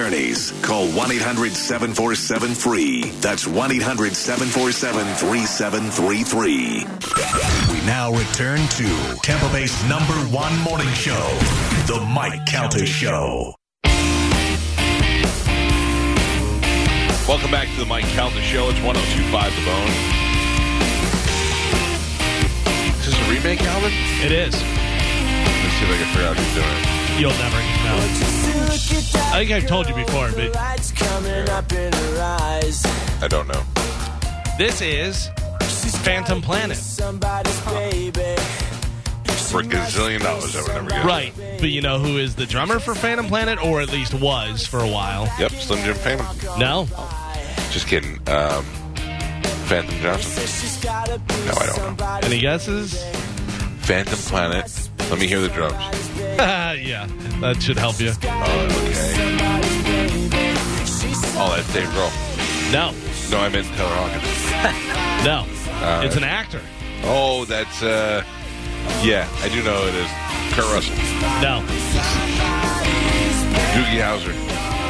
attorneys. Call 1 800 747 FREE. That's 1 800 747 3733. We now return to Tampa Bay's number one morning show, The Mike Calter Show. Welcome back to the Mike Calta Show. It's 1025 The Bone. Is this a remake, Alvin? It is. Let's see if I can figure out who's doing it. You'll never know. I think I've told you before, but Lights coming up in her eyes. I don't know. this is Phantom Planet. Somebody's baby. For a gazillion dollars, I would never get it. Right. But you know who is the drummer for Phantom Planet, or at least was for a while? Yep, Slim Jim Phantom. No? Just kidding. Um, Phantom Johnson. She's gotta be No, I don't know. somebody's Any guesses? Phantom Planet. Let me hear the drums. yeah, that should help you. Oh, okay. Oh, that's Dave Grohl. No, No, I meant Taylor Hawkins. no. it's an actor. Oh, that's, uh, yeah, I do know who it is. Kurt Russell. No. Doogie Howser.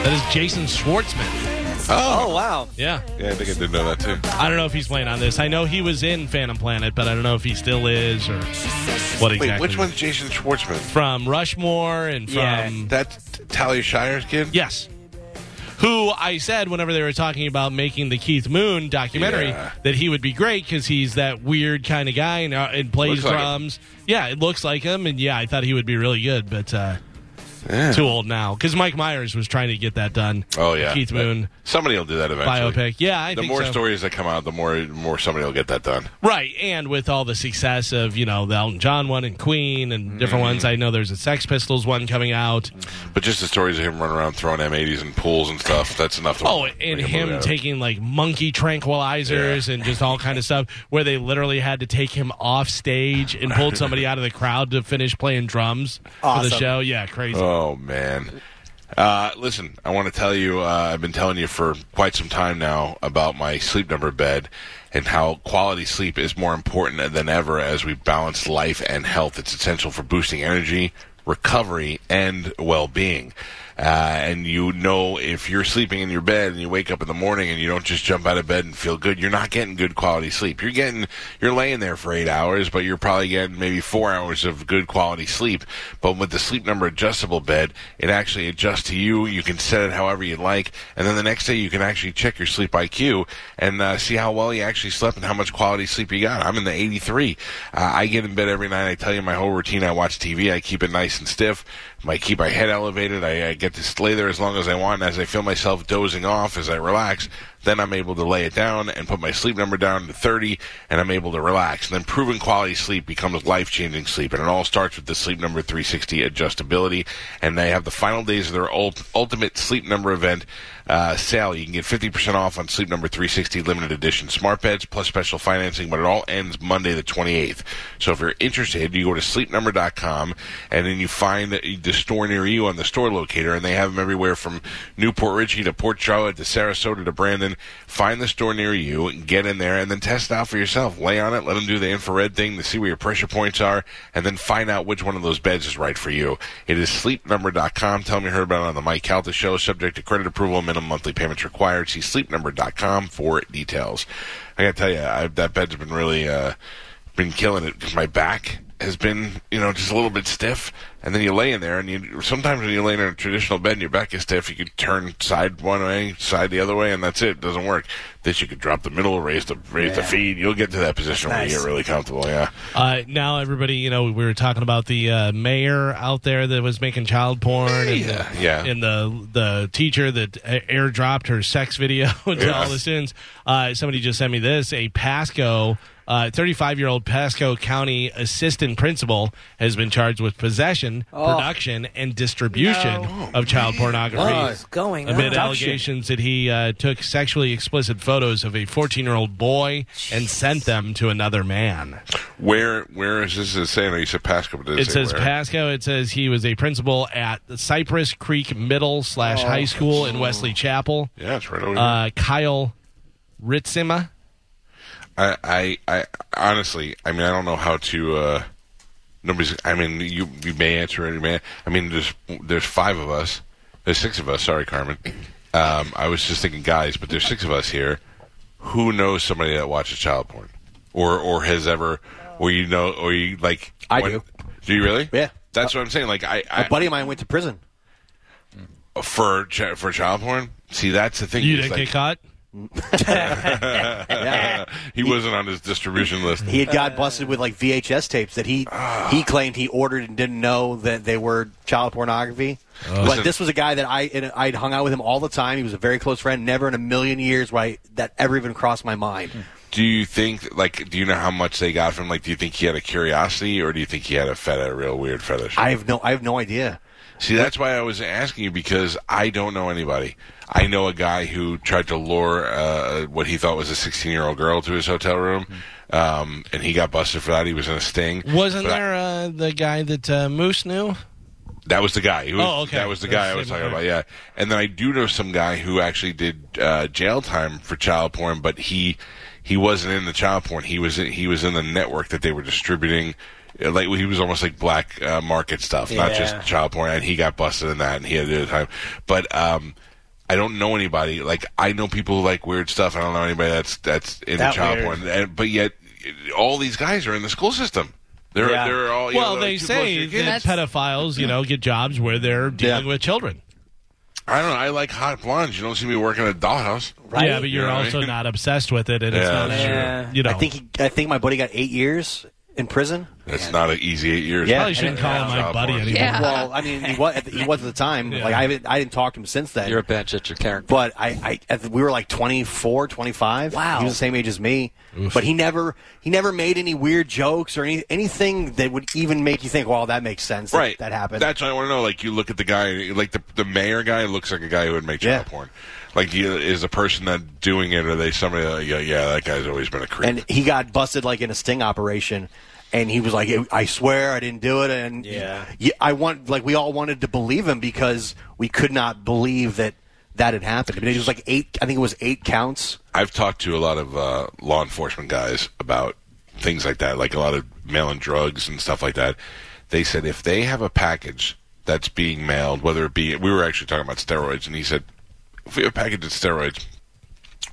That is Jason Schwartzman. Oh. wow. Yeah. Yeah, I think I did know that, too. I don't know if he's playing on this. I know he was in Phantom Planet, but I don't know if he still is or what exactly. Wait, which one's Jason Schwartzman? From Rushmore and from. Yeah. That's Talia Shire's kid? Yes. Who I said whenever they were talking about making the Keith Moon documentary Yeah. that he would be great because he's that weird kind of guy and, uh, and plays Looks like him. drums. yeah, it looks like him, and yeah, I thought he would be really good, but uh, Yeah. too old now because Mike Myers was trying to get that done. Oh yeah, Keith Moon Somebody will do that eventually. biopic. Yeah, I the think more so. stories that come out, the more more somebody will get that done. Right, and with all the success of you know the Elton John one and Queen and Mm. different ones, I know there's a Sex Pistols one coming out. But just the stories of him running around throwing M80s in pools and stuff, that's enough. To Oh, make a and movie out him of. taking like monkey tranquilizers and just all kind of stuff where they literally had to take him off stage and pulled somebody out of the crowd to finish playing drums for the Awesome. show. Yeah, crazy. Oh man. Uh, listen, I want to tell you. Uh, I've been telling you for quite some time now about my sleep number bed and how quality sleep is more important than ever as we balance life and health. It's essential for boosting energy, recovery, and well-being. Uh, and you know, if you're sleeping in your bed and you wake up in the morning and you don't just jump out of bed and feel good, you're not getting good quality sleep. You're getting, you're laying there for eight hours, but you're probably getting maybe four hours of good quality sleep. But with the sleep number adjustable bed, it actually adjusts to you. You can set it however you like. And then the next day you can actually check your sleep IQ and uh, see how well you actually slept and how much quality sleep you got. I'm in the 83. Uh, I get in bed every night. I tell you my whole routine. I watch TV. I keep it nice and stiff. I keep my head elevated. I, I get to lay there as long as I want. And as I feel myself dozing off as I relax, then I'm able to lay it down and put my sleep number down to 30, and I'm able to relax. And then proven quality sleep becomes life changing sleep. And it all starts with the Sleep Number 360 adjustability. And they have the final days of their ult- ultimate Sleep Number event uh, sale. You can get 50% off on Sleep Number 360 limited edition smart beds plus special financing, but it all ends Monday the 28th. So if you're interested, you go to sleepnumber.com and then you find the store near you on the store locator, and they have them everywhere from Newport Richie to Port Charlotte to Sarasota to Brandon. Find the store near you, and get in there, and then test it out for yourself. Lay on it, let them do the infrared thing to see where your pressure points are, and then find out which one of those beds is right for you. It is sleepnumber.com. Tell me you heard about it on the Mike Calta show. Subject to credit approval, minimum monthly payments required. See sleepnumber.com for details. I gotta tell you, I, that bed's been really uh, been killing it because my back has been, you know, just a little bit stiff. And then you lay in there, and you sometimes when you lay in a traditional bed and your back is stiff, you could turn side one way, side the other way, and that's it. it doesn't work. This you could drop the middle, raise the raise the feet. You'll get to that position where you get really comfortable. Yeah. Uh, now everybody, you know, we were talking about the uh, mayor out there that was making child porn, and, the, yeah. and the the teacher that a- airdropped her sex video to all the students. Uh, somebody just sent me this: a Pasco. 35 year old Pasco County assistant principal has been charged with possession, Oh. production, and distribution Oh, of child pornography What Agrees. is Oh, going on? amid Production. allegations that he uh, took sexually explicit photos of a 14 year old boy and sent them to another man. Where where is this is saying? You said Pasco, but does It says where? Pasco. It says he was a principal at Cypress Creek Middle slash High School in Wesley Chapel. Yeah, it's right over here. Uh, Kyle Ritzima. I, I, I honestly, I mean, I don't know how to. Uh, nobody's. I mean, you you may answer it, you may. I mean, there's there's five of us. There's six of us. Sorry, Carmen. Um, I was just thinking guys, but there's six of us here. Who knows somebody that watches child porn, or or has ever, or you know, or you like? I do. Do you really? Yeah. That's what I'm saying. Like I, I A buddy of mine went to prison. for chi- for child porn. See, that's the thing. You It's didn't like, get caught? Yeah. He wasn't on his distribution list. He had got busted with like VHS tapes that he he claimed he ordered and didn't know that they were child pornography. But Listen. this was a guy that I and I'd hung out with him all the time. He was a very close friend. Never in a million years why that ever even crossed my mind. Do you think, like, do you know how much they got from? Like, do you think he had a curiosity, or do you think he had a fet a real weird fetish? I have no I have no idea. See, that's why I was asking you because I don't know anybody. I know a guy who tried to lure uh, what he thought was a 16 year old girl to his hotel room, Mm-hmm. um, and he got busted for that. He was in a sting. Wasn't But I- there uh, the guy that uh, Moose knew? that was the guy. He was- Oh, okay. That was the guy That's I was the- talking about. Yeah. And then I do know some guy who actually did uh, jail time for child porn, but he he wasn't in the child porn. He was in, he was in the network that they were distributing. uh, Like he was almost like black uh, market stuff, not Yeah. just child porn. And he got busted in that, and he had to do the time. But um, I don't know anybody. Like I know people who like weird stuff. I don't know anybody that's that's into That child weird. porn. And, but yet, all these guys are in the school system. They're Yeah. they're all you Well, know, they too close to say your that kids. pedophiles, you know, get jobs where they're dealing Yeah. with children. I don't know. I like hot blondes. You don't see me working at dollhouse. Right? Yeah, but you're You know what I also mean? not obsessed with it, and it's Yeah, not, that's a- true. you know. I think he, I think my buddy got eight years in prison. That's not an easy eight years. Yeah. probably shouldn't call him my Child buddy porn. anymore. Yeah. Well, I mean he was at the, he was at the time. Like I haven't I didn't talk to him since then. You're a bitch at your character. but I, I at the, we were like 24 25 Wow. he was the same age as me but he never he never made any weird jokes or any, anything that would even make you think well that makes sense that- Right. that, happened That's what I want to know. Like you look at the guy, like the the mayor guy looks like a guy who would make child Yeah. porn. Like you, is the person that doing it? Are they somebody? That, yeah, yeah, that guy's always been a creep. and he got busted like in a sting operation and he was like i swear i didn't do it and Yeah. y- i want like we all wanted to believe him because we could not believe that that had happened i mean it was like eight i think it was eight counts I've talked to a lot of uh, law enforcement guys about things like that, like a lot of mailing drugs and stuff like that. They said if they have a package that's being mailed, whether it be, we were actually talking about steroids, and he said, if we have a package of steroids,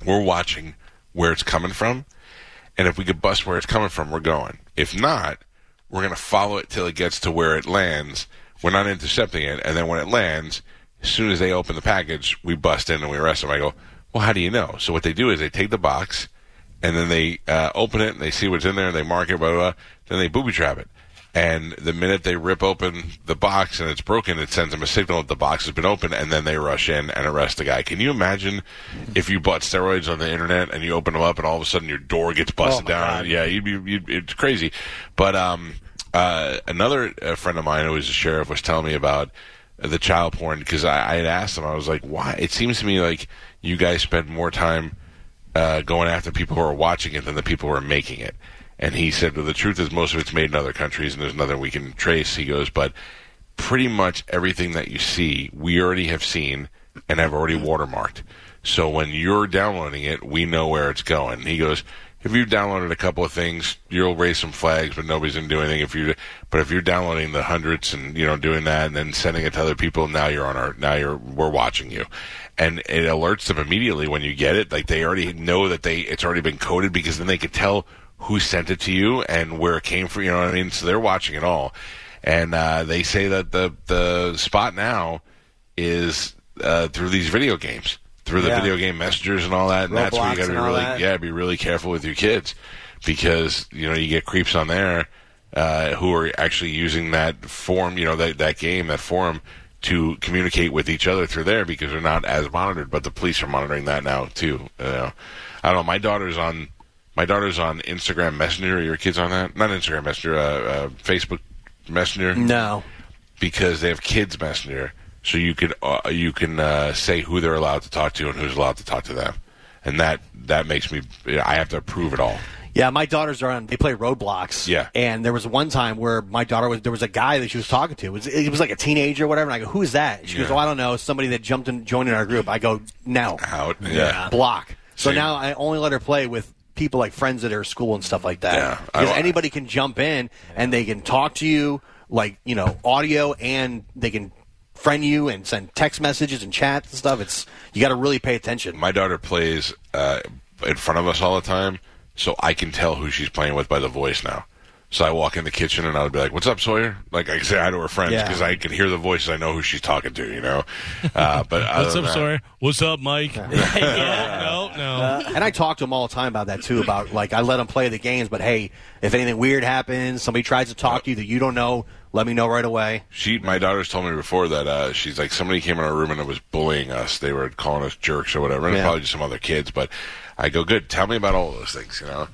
we're watching where it's coming from, and if we could bust where it's coming from, we're going. If not, we're going to follow it till it gets to where it lands. We're not intercepting it, and then when it lands, as soon as they open the package, we bust in and we arrest them. I go, well, how do you know? So what they do is they take the box, and then they uh, open it and they see what's in there, and they mark it, blah blah. blah then they booby trap it. And the minute they rip open the box and it's broken, it sends them a signal that the box has been opened, and then they rush in and arrest the guy. Can you imagine if you bought steroids on the internet and you open them up, and all of a sudden your door gets busted down? Yeah, you'd be, you'd, it's crazy. But um, uh, another uh, friend of mine who was a sheriff was telling me about the child porn because I, I had asked him, I was like, why? It seems to me like you guys spend more time uh, going after people who are watching it than the people who are making it. And he said, well, the truth is most of it's made in other countries and there's nothing we can trace. He goes, but pretty much everything that you see, we already have seen and have already watermarked. So when you're downloading it, we know where it's going. He goes, if you've downloaded a couple of things, you'll raise some flags, but nobody's gonna do anything. If you, but if you're downloading the hundreds and you know doing that and then sending it to other people, now you're on our, now you're we're watching you, and it alerts them immediately when you get it. Like they already know that they it's already been coded because then they could tell who sent it to you and where it came from. You know what I mean? So they're watching it all, and uh, they say that the the spot now is uh, through these video games, through the Yeah. video game messengers and all that. And that's where you Roblox got to be and all really, that. yeah, be really careful with your kids because you know you get creeps on there uh, who are actually using that form, you know, that that game, that forum to communicate with each other through there because they're not as monitored. But the police are monitoring that now too. Uh, I don't know. My daughter's on. My daughter's on Instagram Messenger. Are your kids on that? Not Instagram Messenger. Uh, uh, Facebook Messenger no because they have kids messenger, so you could uh, you can uh, say who they're allowed to talk to and who's allowed to talk to them, and that that makes me I have to approve it all. Yeah, my daughters are on. They play Roblox. Yeah. and there was one time where my daughter was there was a guy that she was talking to. It was, it was like a teenager or whatever. And I go, "Who's that?" She goes, Yeah. "Oh, I don't know. Somebody that jumped and joined in our group." I go, "No, Out, yeah. block." So See. now I only let her play with people like friends at her school and stuff like that. Yeah. because I- anybody can jump in and they can talk to you like you know audio and they can friend you and send text messages and chat and stuff. It's you got to really pay attention. My daughter plays uh, in front of us all the time, so I can tell who she's playing with by the voice now. So I walk in the kitchen and I'll be like, "What's up, Sawyer?" Like I can say hi to her friends Yeah. because I can hear the voices. I know who she's talking to, you know. Uh, but other What's than up, that- Sawyer? What's up, Mike? No, no. And I talk to them all the time about that too. About like I let them play the games, but hey, if anything weird happens, somebody tries to talk to you that you don't know, let me know right away. She, my daughter's told me before that uh, she's like somebody came in our room and was bullying us. They were calling us jerks or whatever, and it's Yeah. probably just some other kids. But I go, good. Tell me about all those things. You know,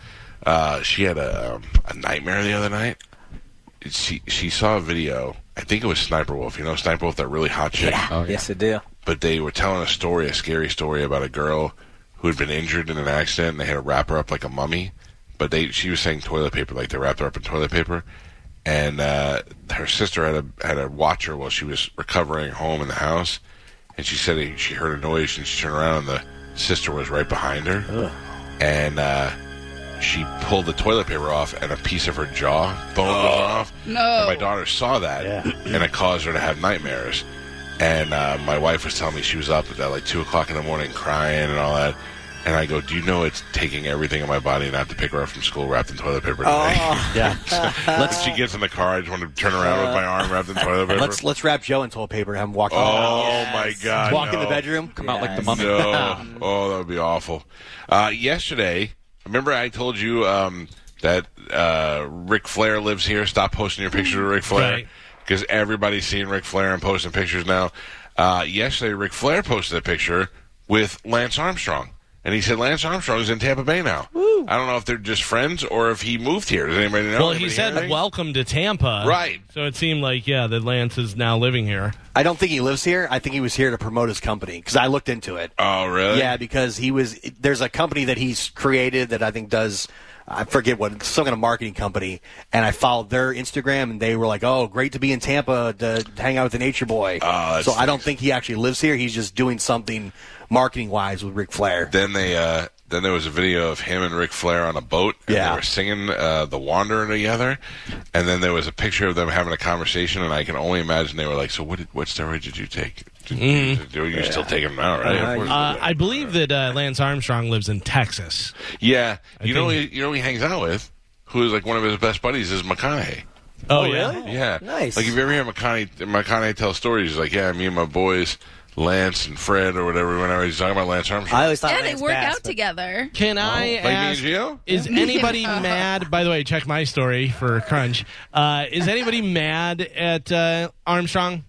uh, she had a, um, a nightmare the other night. She she saw a video. I think it was Sniper Wolf. You know, Sniper Wolf, that really hot chick. Oh, yes, it do. But they were telling a story, a scary story about a girl who had been injured in an accident, and they had to wrap her up like a mummy. But they, she was saying toilet paper, like they wrapped her up in toilet paper. And uh, her sister had a had a watch her while she was recovering home in the house, and she said she heard a noise, and she turned around, and the sister was right behind her, and uh, she pulled the toilet paper off, and a piece of her jaw bone was off. No. And my daughter saw that, and it caused her to have nightmares. And uh, my wife was telling me she was up at like two o'clock in the morning crying and all that. And I go, do you know it's taking everything in my body not to pick her up from school wrapped in toilet paper today? Yeah. Let's. She gets in the car. I just want to turn around with my arm wrapped in toilet paper. Let's let's wrap Joe in toilet paper and have him walk. oh in my the god! walk in the no. bedroom. Come out like the Yes. mummy. No. oh, that would be awful. Uh, yesterday, remember I told you um, that uh, Ric Flair lives here. Stop posting your pictures of Ric Flair Right. because everybody's seeing Ric Flair and posting pictures now. Uh, yesterday, Ric Flair posted a picture with Lance Armstrong. And he said Lance Armstrong's in Tampa Bay now. I don't know if they're just friends or if he moved here. Does anybody know? Well, he Anybody hear said anything? welcome to Tampa. Right. So it seemed like, yeah, that Lance is now living here. I don't think he lives here. I think he was here to promote his company because I looked into it. Oh, really? Yeah, because he was. There's a company that he's created that I think does. I forget what some kind of marketing company, and I followed their Instagram, and they were like, "Oh, great to be in Tampa to hang out with the Nature Boy." that's so I don't think he actually lives here. He's just doing something marketing wise with Ric Flair. Then they uh, then there was a video of him and Ric Flair on a boat. And Yeah. they were singing uh, "The Wanderer" together, and then there was a picture of them having a conversation. And I can only imagine they were like, "So what? Did, what steroid did you take? Did, you- you still take them now, right? Of course you Uh, do. I believe that uh, Lance Armstrong lives in Texas. yeah, you know, he, you know, who he hangs out with who is like one of his best buddies is McConaughey. Oh, yeah. Yeah, nice. Like if you ever hear McConaughey, McConaughey tell stories, he's like, "Yeah, me and my boys." Lance and Fred, or whatever, whenever he's talking about Lance Armstrong. I always thought Yeah, they Lance work Bass, out but- together. Can I like me and ask? Gio? Is anybody mad? By the way, check my story for Crunch. Uh, is anybody mad at uh, Armstrong?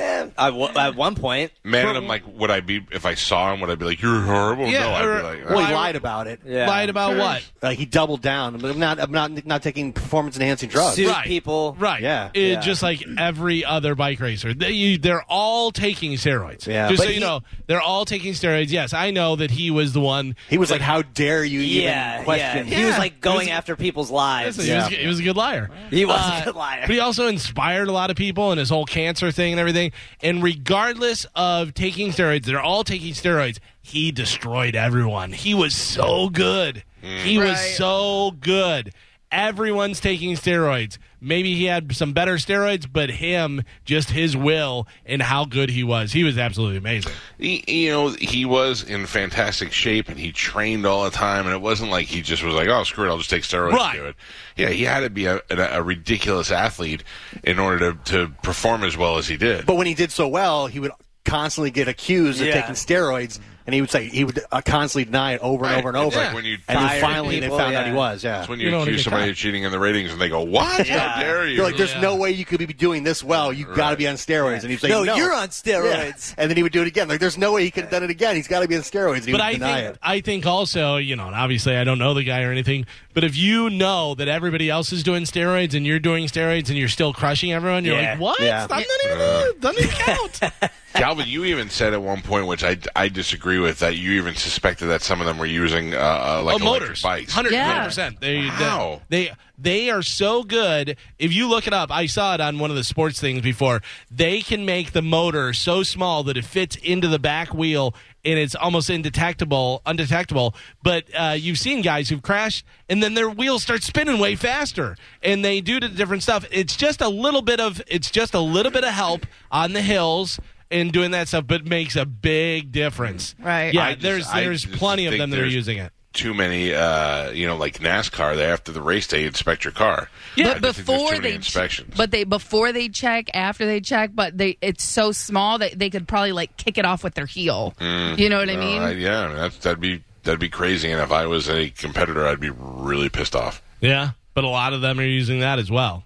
Eh, I wa- at one point, Man, and I'm like, would I be if I saw him? Would I be like, "You're horrible"? Yeah, no, I'd or- be like, "Oh." Well, Why- he lied about it. yeah. Lied about what? Uh, he doubled down. But I'm not. I'm not. Not taking performance enhancing drugs. Sued Right. people. Right. Yeah. It- Yeah. Just like every other bike racer. They, you, they're all taking steroids. Yeah. Just But so you he- know, they're all taking steroids. Yes, I know that he was the one. He was like, "How dare you Yeah, even yeah. question?" He was Yeah. like going It was- after people's lives. Listen, Yeah. he, was, he was a good liar. Uh, He was a good liar. But he also inspired a lot of people and his whole cancer thing and everything. And regardless of taking steroids, they're all taking steroids. He destroyed everyone. He was so good. Mm. He was Right. so good. Everyone's taking steroids. Maybe he had some better steroids, but him, just his will and how good he was. He was absolutely amazing. he, you know, he was in fantastic shape and he trained all the time. And it wasn't like he just was like, oh, screw it, I'll just take steroids Right. to do it. Yeah, he had to be a, a, a ridiculous athlete in order to, to perform as well as he did. But when he did so well, he would constantly get accused Yeah. of taking steroids, and he would say he would uh, constantly deny it over and Right. over and It's over. like when you and fire then finally people, they found out yeah. he was. Yeah, That's when You you, don't wanna accuse get somebody caught. of cheating in the ratings and they go, what? How Yeah. dare you? you're like, "There's Yeah. no way you could be doing this well. You got to be on steroids." And he'd say, "No, you're on Yeah. steroids. And then he would do it again. Like, there's no way he could have done it again. He's got to be on steroids. And he But would I deny think it. I think also, you know, and obviously I don't know the guy or anything, but if you know that everybody else is doing steroids and you're doing steroids and you're still crushing everyone, you're Yeah. like, what? Yeah. I'm not even doesn't even count. Calvin, you even said at one point, which I, I disagree with, that you even suspected that some of them were using uh, uh, like electric oh, motors, bikes. hundred Yeah. percent. They, Wow. they, They are so good. If you look it up, I saw it on one of the sports things before. They can make the motor so small that it fits into the back wheel and it's almost indetectable, undetectable. But uh, you've seen guys who've crashed and then their wheels start spinning way faster, and they do the different stuff. It's just a little bit of it's just a little bit of help on the hills and doing that stuff, but makes a big difference. Right. Yeah, I just- there's I there's just plenty of think them that are there's using it. Too many, uh, you know, like NASCAR. They after the race they inspect your car. I but just think there's before too many they inspections. but they before they check, after they check, but they it's so small that they could probably like kick it off with their heel. you know what I No, mean? I- Uh, yeah, I mean, that's, that'd be that'd be crazy. And if I was a competitor, I'd be really pissed off. Yeah, but a lot of them are using that as well.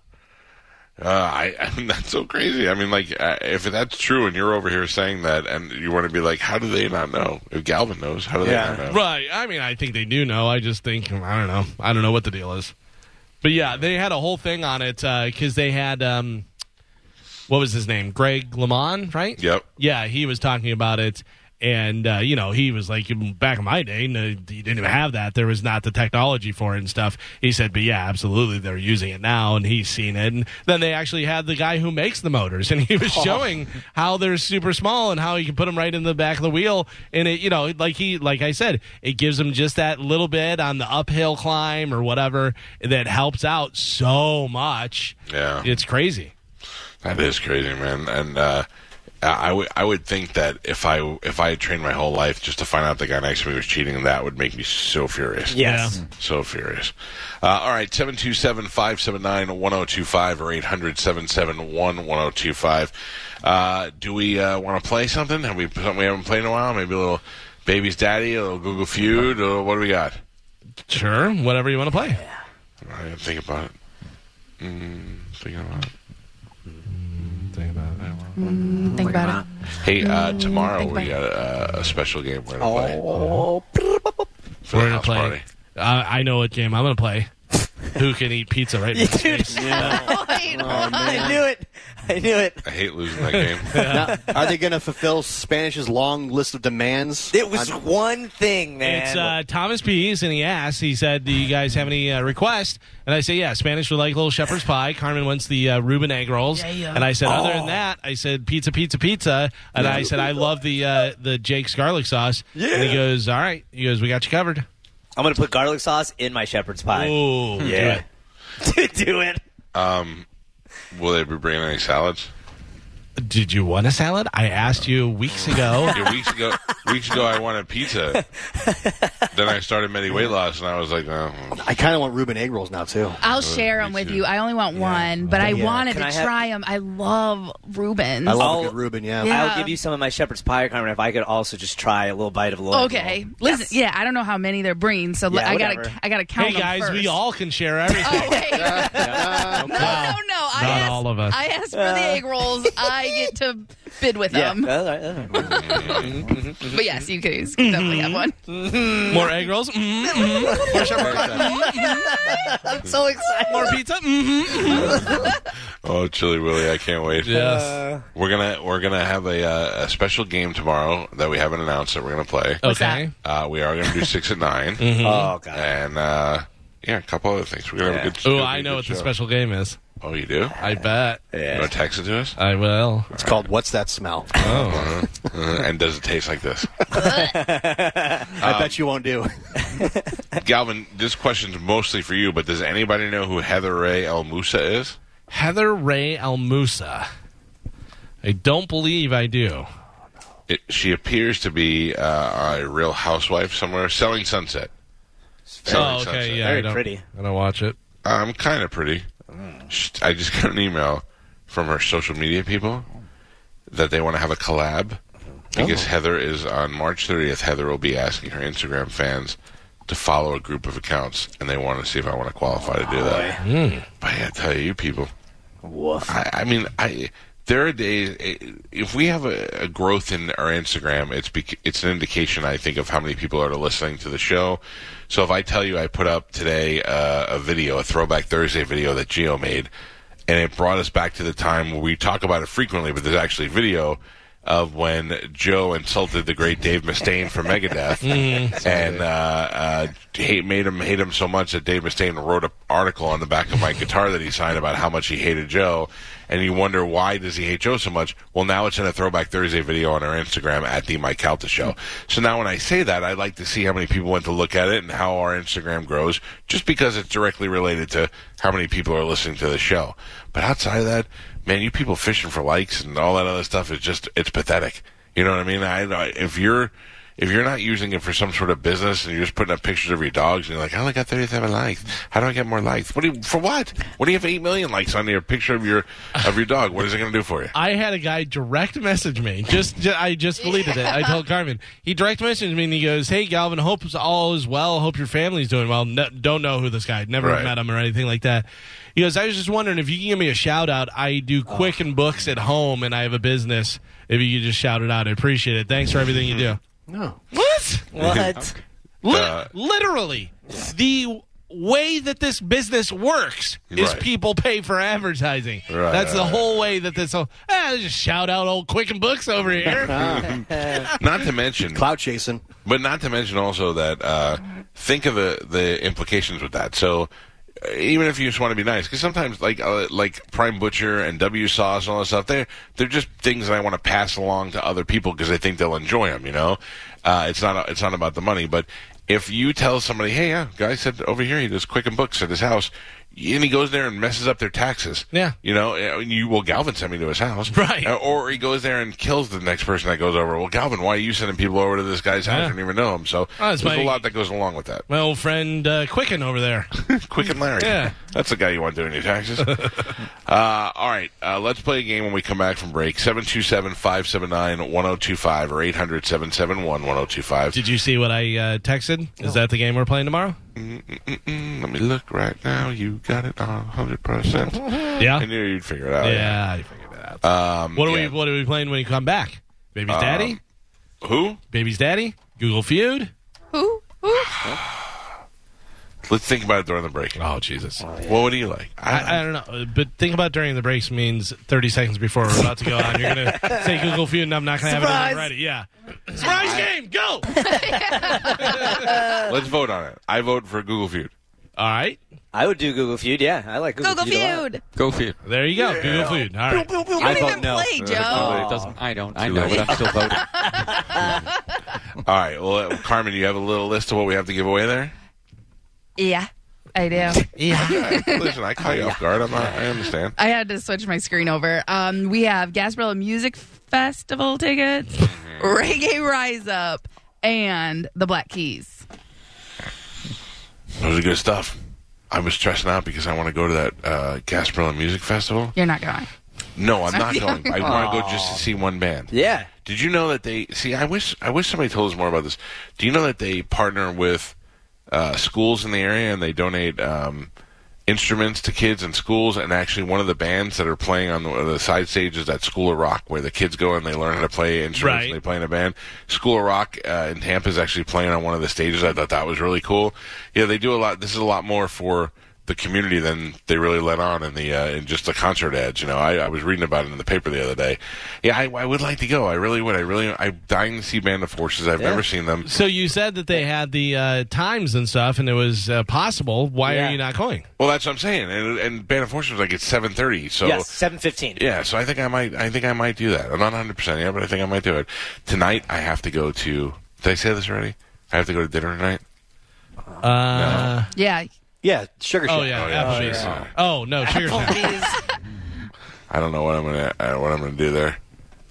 Uh, I, I mean, that's so crazy. I mean, like, uh, if that's true, and you're over here saying that, and you want to be like, how do they not know? If Galvin knows, how do they Yeah. not know? Right. I mean, I think they do know. I just think I don't know. I don't know what the deal is. But yeah, they had a whole thing on it because they had um, what was his name, Greg LeMond, right? Yep. Yeah, he was talking about it, and uh, you know, he was like, back in my day, no, you didn't even have that. There was not the technology for it and stuff. He said, but yeah, absolutely, they're using it now, and he's seen it. And then they actually had the guy who makes the motors, and he was showing how they're super small and how you can put them right in the back of the wheel. And it, you know, like he, like I said, it gives them just that little bit on the uphill climb or whatever that helps out so much. Yeah. it's crazy. That is crazy, man. And uh, I I would I would think that if I if I had trained my whole life just to find out the guy next to me was cheating, that would make me so furious. Yes. So furious. Uh, all right, 727 579 1025 or 800 771 1025. Do we oh uh, want to play something? Have we something we haven't played in a while? Maybe a little Baby's Daddy, a little Google Feud? Or what do we got? Sure, whatever you want to play. I didn't think about it. Mm, thinking about it. Think about it. Hey, uh, tomorrow Mm, think we about got a, a special game we're going to play. For We're the gonna house play. party. Uh, I know what game I'm gonna play. Who can eat pizza right in my face? Wait, what? I knew it. I knew it. I hate losing that game. Now, are they going to fulfill Spanish's long list of demands? It was one thing, man. It's uh, Thomas Pease, and he asked. He said, "Do you guys have any uh, requests?" And I say, "Yeah, Spanish would like little shepherd's pie. Carmen wants the uh, Reuben egg rolls." Yeah, yeah. And I said, "Other than that, I said pizza, pizza, pizza." And I said, "I love the uh, the Jake's garlic sauce." And he goes, "All right." He goes, "We got you covered." I'm gonna put garlic sauce in my shepherd's pie. Ooh, do Yeah. it. to do it. Will they be bringing any salads? Did you want a salad? I asked you weeks ago. Yeah, weeks ago, weeks ago I wanted pizza. then I started many weight loss, and I was like, no. I kind of want Reuben egg rolls now too. I'll share them me with too. you. I only want one, but I Yeah. wanted Can to I have- try them. I love Rubens. I love I'll- a good Reuben. Yeah. Yeah. I'll give you some of my shepherd's pie, Carmen, if I could also just try a little bite of a little. okay, listen. Yeah, I don't know how many they're bringing, so Yeah, I whatever. gotta I gotta count hey 'em guys, we first. all can share everything. Oh, wait. No, no, no. I Not asked, all of us. I asked for the egg rolls. I get to bid with Yeah. them. all right, all right. But yes, you could, you could definitely have one. More egg rolls. Mm, mm. More shepherd's pie. I'm so excited. More pizza. Mm-hmm. Oh, Chili Willy, I can't wait. Yes. We're gonna we're gonna have a, uh, a special game tomorrow that we haven't announced that we're gonna play. okay. Uh, we are gonna do six at 9 Mm-hmm. Oh god. and uh, yeah, a couple other things. We're gonna have a Yeah. good. Oh, it'll be I a know good what the show. special game is. Oh, you do? I bet. You want to text it to us? I will. It's called What's That Smell? Oh. and does it taste like this? I bet you won't do. Galvin, this question's mostly for you, but does anybody know who Heather Ray El Musa is? Heather Ray Almusa. I don't believe I do. It, she appears to be uh, a real housewife somewhere selling sunset. Oh, okay, yeah. I Very don't- pretty. I don't watch it. I'm kind of pretty. Sh I just got an email from her social media people that they want to have a collab because Heather is on March 30th. Heather will be asking her Instagram fans to follow a group of accounts, and they want to see if I want to qualify to do that. But I gotta tell you, people, I, I mean, I there are days i- if we have a, a growth in our Instagram, it's bec- it's an indication I think of how many people are listening to the show. So if I tell you I put up today uh, a video, a Throwback Thursday video that Geo made, and it brought us back to the time where we talk about it frequently, but there's actually video. of when Joe insulted the great Dave Mustaine from Megadeth, and uh, uh, hate, made him hate him so much that Dave Mustaine wrote an article on the back of my guitar that he signed about how much he hated Joe. And you wonder why does he hate Joe so much? Well, now it's in a Throwback Thursday video on our Instagram at the Mike Calta Show. So now when I say that, I'd like to see how many people went to look at it and how our Instagram grows, just because it's directly related to how many people are listening to the show. But outside of that, man, you people fishing for likes and all that other stuff is just it's pathetic. You know what I mean? I I- if you're if you're not using it for some sort of business and you're just putting up pictures of your dogs and you're like, I only got 37 likes. How do I get more likes? What do you, for what? What do you have 8 million likes on your picture of your of your dog? What is it going to do for you? I had a guy direct message me. Just, ju- I just deleted it. I told Carmen. He direct messaged me and he goes, "Hey Galvin, hope all is well. Hope your family's doing well. No, don't know who this guy. Never Right. met him or anything like that." He goes, "I was just wondering if you can give me a shout out. I do Quicken books at home and I have a business. If you could just shout it out, I appreciate it. Thanks for everything you do." No. What? What? Li- Uh, literally, the way that this business works is Right. people pay for advertising. Right, That's the right, whole way that this whole. Ah, just shout out old Quicken Books over here. Not to mention Cloud chasing. But not to mention also that uh, think of the the implications with that. So uh, even if you just want to be nice, because sometimes like uh, like Prime Butcher and W Sauce and all that stuff, they're they're just things that I want to pass along to other people because I think they'll enjoy them. You know, uh, it's not it's not about the money, but if you tell somebody, hey, yeah, guy said over here he does quick and books at his house. And he goes there and messes up their taxes. Yeah. you know, uh, you well, Galvin sent me to his house, Right. Uh, Or he goes there and kills the next person that goes over. Well, Galvin, why are you sending people over to this guy's house? Yeah. I don't even know him. So Oh, there's it's a my- lot that goes along with that. My old friend uh, Quicken over there. Quick and Larry. Yeah. That's the guy you want doing your taxes. uh, all right. Uh, let's play a game when we come back from break. 727 579 1025 or 800 771 1025. Did you see what I uh, texted? Is that the game we're playing tomorrow? Hmm, Let me look right now. You got it on 100%. I Yeah, knew you'd figure it out. yeah. I figured that out. Um, what are Oh, yeah. Uh, we? What are we playing when you come back? Baby's daddy. Who? Baby's daddy. Google feud. Who? Who? Let's think about it during the break. Oh Jesus. Well, what do you like? I, I don't know, but think about during the breaks means 30 seconds before we're about to go on. You're going to say Google Feud, and I'm not going to have anything ready. Yeah. Surprise game, go! Let's vote on it. I vote for Google Feud. All right, I would do Google Feud. Yeah, I like Google, Google Feud. a lot. feud. Go for it. there you go, Google Feed. All right. You I vote don't even no. play, Joe. Oh, it doesn't, I don't. I know, but I'm still voting. All right. Well, uh, Carmen, you have a little list of what we have to give away there. Yeah, I do. Yeah, Listen, I caught you off guard. I'm not, I understand. I had to switch my screen over. Um, we have Gasparilla Music Festival tickets, Reggae Rise Up, and the Black Keys. Those are good stuff. I was stressing out because I want to go to that uh, Gasparilla Music Festival. You're not going. No, I'm not going. I want to go just to see one band. Yeah. Did you know that they see? I wish I wish somebody told us more about this. Do you know that they partner with uh, schools in the area and they donate um, instruments to kids in schools? And actually, one of the bands that are playing on the, the side stage is at School of Rock, where the kids go and they learn how to play instruments. Right. And they play in a band. School of Rock uh, in Tampa is actually playing on one of the stages. I thought that was really cool. Yeah, they do a lot. This is a lot more for. The community than they really let on in the uh, in just the concert ads. You know, I, I was reading about it in the paper the other day. Yeah, I, I would like to go. I really would. I really I'm dying to see Band of Horses. I've never seen them. So you said that they had the uh, times and stuff, and it was uh, possible. Why Yeah. are you not going? Well, that's what I'm saying. And, and Band of Horses was like it's seven thirty. So Yes, seven fifteen. yeah, so I think I might. I think I might do that. I'm not 100 percent yet, but I think I might do it tonight. I have to go to. Did I say this already? I have to go to dinner tonight. Uh, Yeah, Yeah, sugar Oh, Shack. yeah, Oh, yeah, Applebee's. sure. Oh, no, Sugar Shack. I don't know what I'm gonna uh, what I'm gonna do there.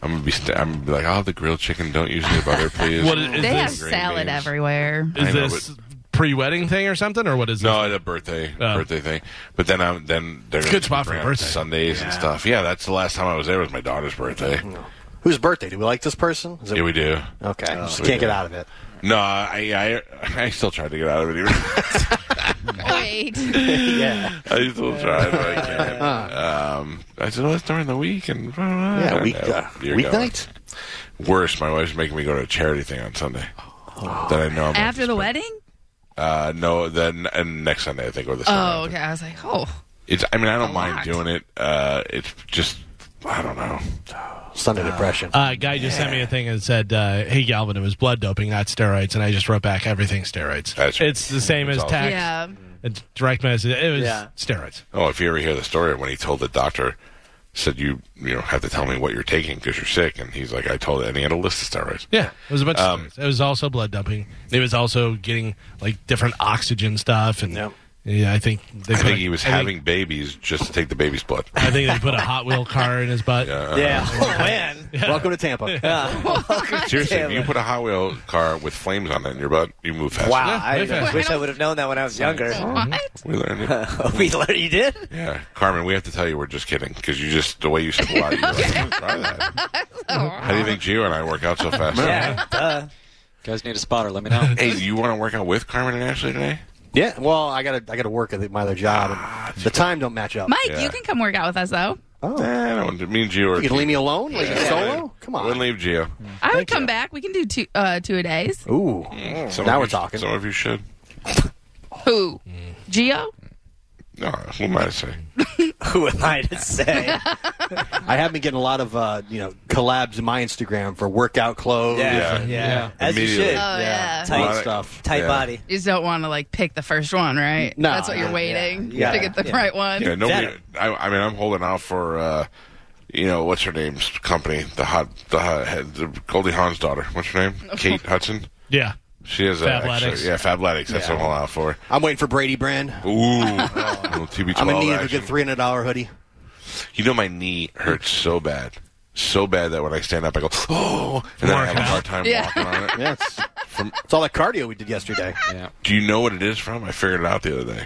I'm gonna be. St- I'm gonna be like, I'll have the grilled chicken. Don't use any butter, please. What is, is they have this, green salad beans. everywhere. I is know, this pre-wedding thing or something, or what is No, this? at a birthday Oh. birthday thing. But then I'm then they're It's a gonna good spot for a bring out birthday. Sundays and stuff. Yeah, that's the last time I was there was my daughter's birthday. Whose birthday? Do we like this person? Is it- Yeah, we do. okay. Just we can't do. get out of it. No, I, I I still tried to get out of it. Even Wait. Yeah. I still tried, but I can't. Um, I said, "Oh, it's during the week and Yeah, week, Uh, uh, you're weeknight? going. Worse, my wife's making me go to a charity thing on Sunday. that I know. I'm After the wedding? uh, no, then and next Sunday I think or the Sunday. Oh, after. okay. I was like, oh. It's. I mean, I don't mind lot. doing it. Uh, it's just I don't know. Sunday depression. Uh, guy just sent me a thing and said, uh, "Hey Galvin, it was blood doping, not steroids." And I just wrote back, "Everything steroids. That's right. It's the same It's as all- tax. Yeah. A direct message. It was Yeah. steroids. Oh, if you ever hear the story of when he told the doctor, said you you know have to tell me what you're taking because you're sick, and he's like, I told, and he had a list of steroids. Yeah, it was a bunch of Um, steroids. It was also blood doping. It was also getting like different oxygen stuff, and Yep. yeah, I think they I put think a- he was I think- having babies just to take the baby's blood. I think they put a Hot Wheel car in his butt. yeah. Oh, man. Welcome to Tampa. Seriously, if you put a Hot Wheel car with flames on it in your butt, you move fast. Wow. Yeah, I way fast. wish I would have known that when I was younger. Oh, What? We learned it. we learned you did? Yeah, Carmen, we have to tell you we're just kidding because you just the way you said wow, you're like, "I'm gonna try that. How do you think Gio and I work out so fast? Yeah. Duh. guys need a spotter. Let me know. Hey, do you want to work out with Carmen and Ashley today? Yeah, well, I gotta I gotta work at my other job. Ah, And the time don't match up. Mike, Yeah. you can come work out with us though. Eh, I don't. Me and Gio are. you gonna leave me alone? Like Yeah. solo? Come on. Wouldn't leave Gio. Hmm. I would come back. We can do two uh, two a days. Ooh, Some now of we're you- talking. Some of you should. Who? Geo? No, who am I to say? Who am I to say? I have been getting a lot of uh, you know collabs in my Instagram for workout clothes. Yeah. Yeah. As you Immediately. should. Oh yeah. Tight Right. stuff. Tight Yeah. body. You just don't want to like pick the first one, right? No, That's what you're yeah, waiting yeah. Yeah. to get the Yeah. right one. Yeah, nobody. Better. I, I mean, I'm holding out for, uh, you know, what's her name's company? The hot, the hot, head- the Goldie Hawn's daughter. What's her name? Kate Hudson. Yeah. She has a Fabletics. yeah, Fabletics. That's what I'm holding out for. I'm waiting for Brady Brand. Ooh, little TB12 I'm in need of a action. good three hundred dollar hoodie. You know, my knee hurts so bad, so bad that when I stand up, I go oh, and then I have a hard time Yeah. walking on it. Yeah, it's, it's all that cardio we did yesterday. yeah. Do you know what it is from? I figured it out the other day.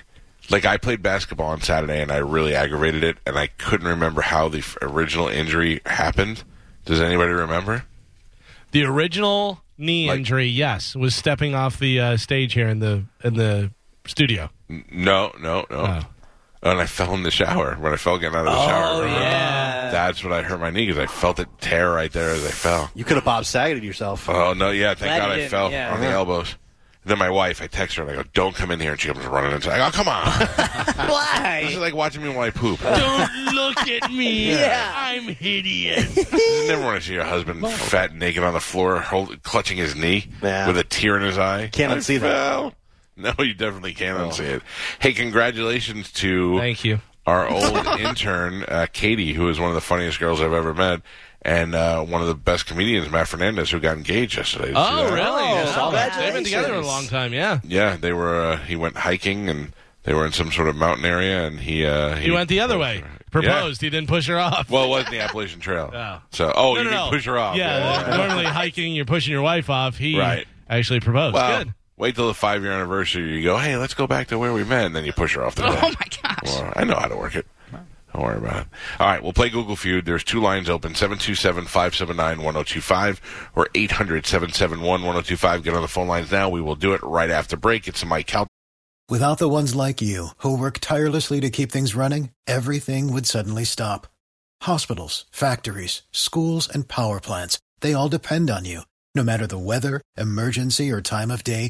Like I played basketball on Saturday and I really aggravated it, and I couldn't remember how the f- original injury happened. Does anybody remember? The original knee Like- injury, yes, was stepping off the uh, stage here in the in the studio. No, no, no. Oh. And I fell in the shower when I fell getting out of the shower. Oh yeah, that's when I hurt my knee because I felt it tear right there as I fell. You could have Bob Sageted yourself. Oh no, yeah, thank Glad God you I didn't, fell yeah. on the elbows. then my wife, I text her and I go, "Don't come in here," and she comes running into. I go, "Come on!" She's Why? like watching me while I poop. Don't look at me. I'm hideous. You never want to see your husband fat, naked on the floor, hold, clutching his knee Yeah. with a tear in his eye. Can't I unsee that. fell. No, you definitely can't unsee it. Hey, congratulations to Oh. Thank you. our old intern, uh, Katie, who is one of the funniest girls I've ever met, and uh, one of the best comedians, Matt Fernandez, who got engaged yesterday. Did you see Oh, that? really? Oh, They've been together a long time. Yeah. Yeah, they were. Uh, he went hiking, and they were in some sort of mountain area, and he uh, He went the other way. Yeah. Proposed. He didn't push her off. Well, it was the Appalachian Trail. Oh. So, oh, No, you no, mean no. push her off? Yeah. Normally hiking, you're pushing your wife off. He Right. actually proposed. Well, Good. wait till the five year anniversary. You go, hey, let's go back to where we met, and then you push her off the. Oh bed. my gosh. Well, I know how to work it. Don't worry about it. All right, we'll play Google Feud. There's two lines open 727 579 1025 or 800 771 1025. Get on the phone lines now. We will do it right after break. It's the Mike Cal. Without the ones like you, who work tirelessly to keep things running, everything would suddenly stop. Hospitals, factories, schools, and power plants, they all depend on you. No matter the weather, emergency, or time of day,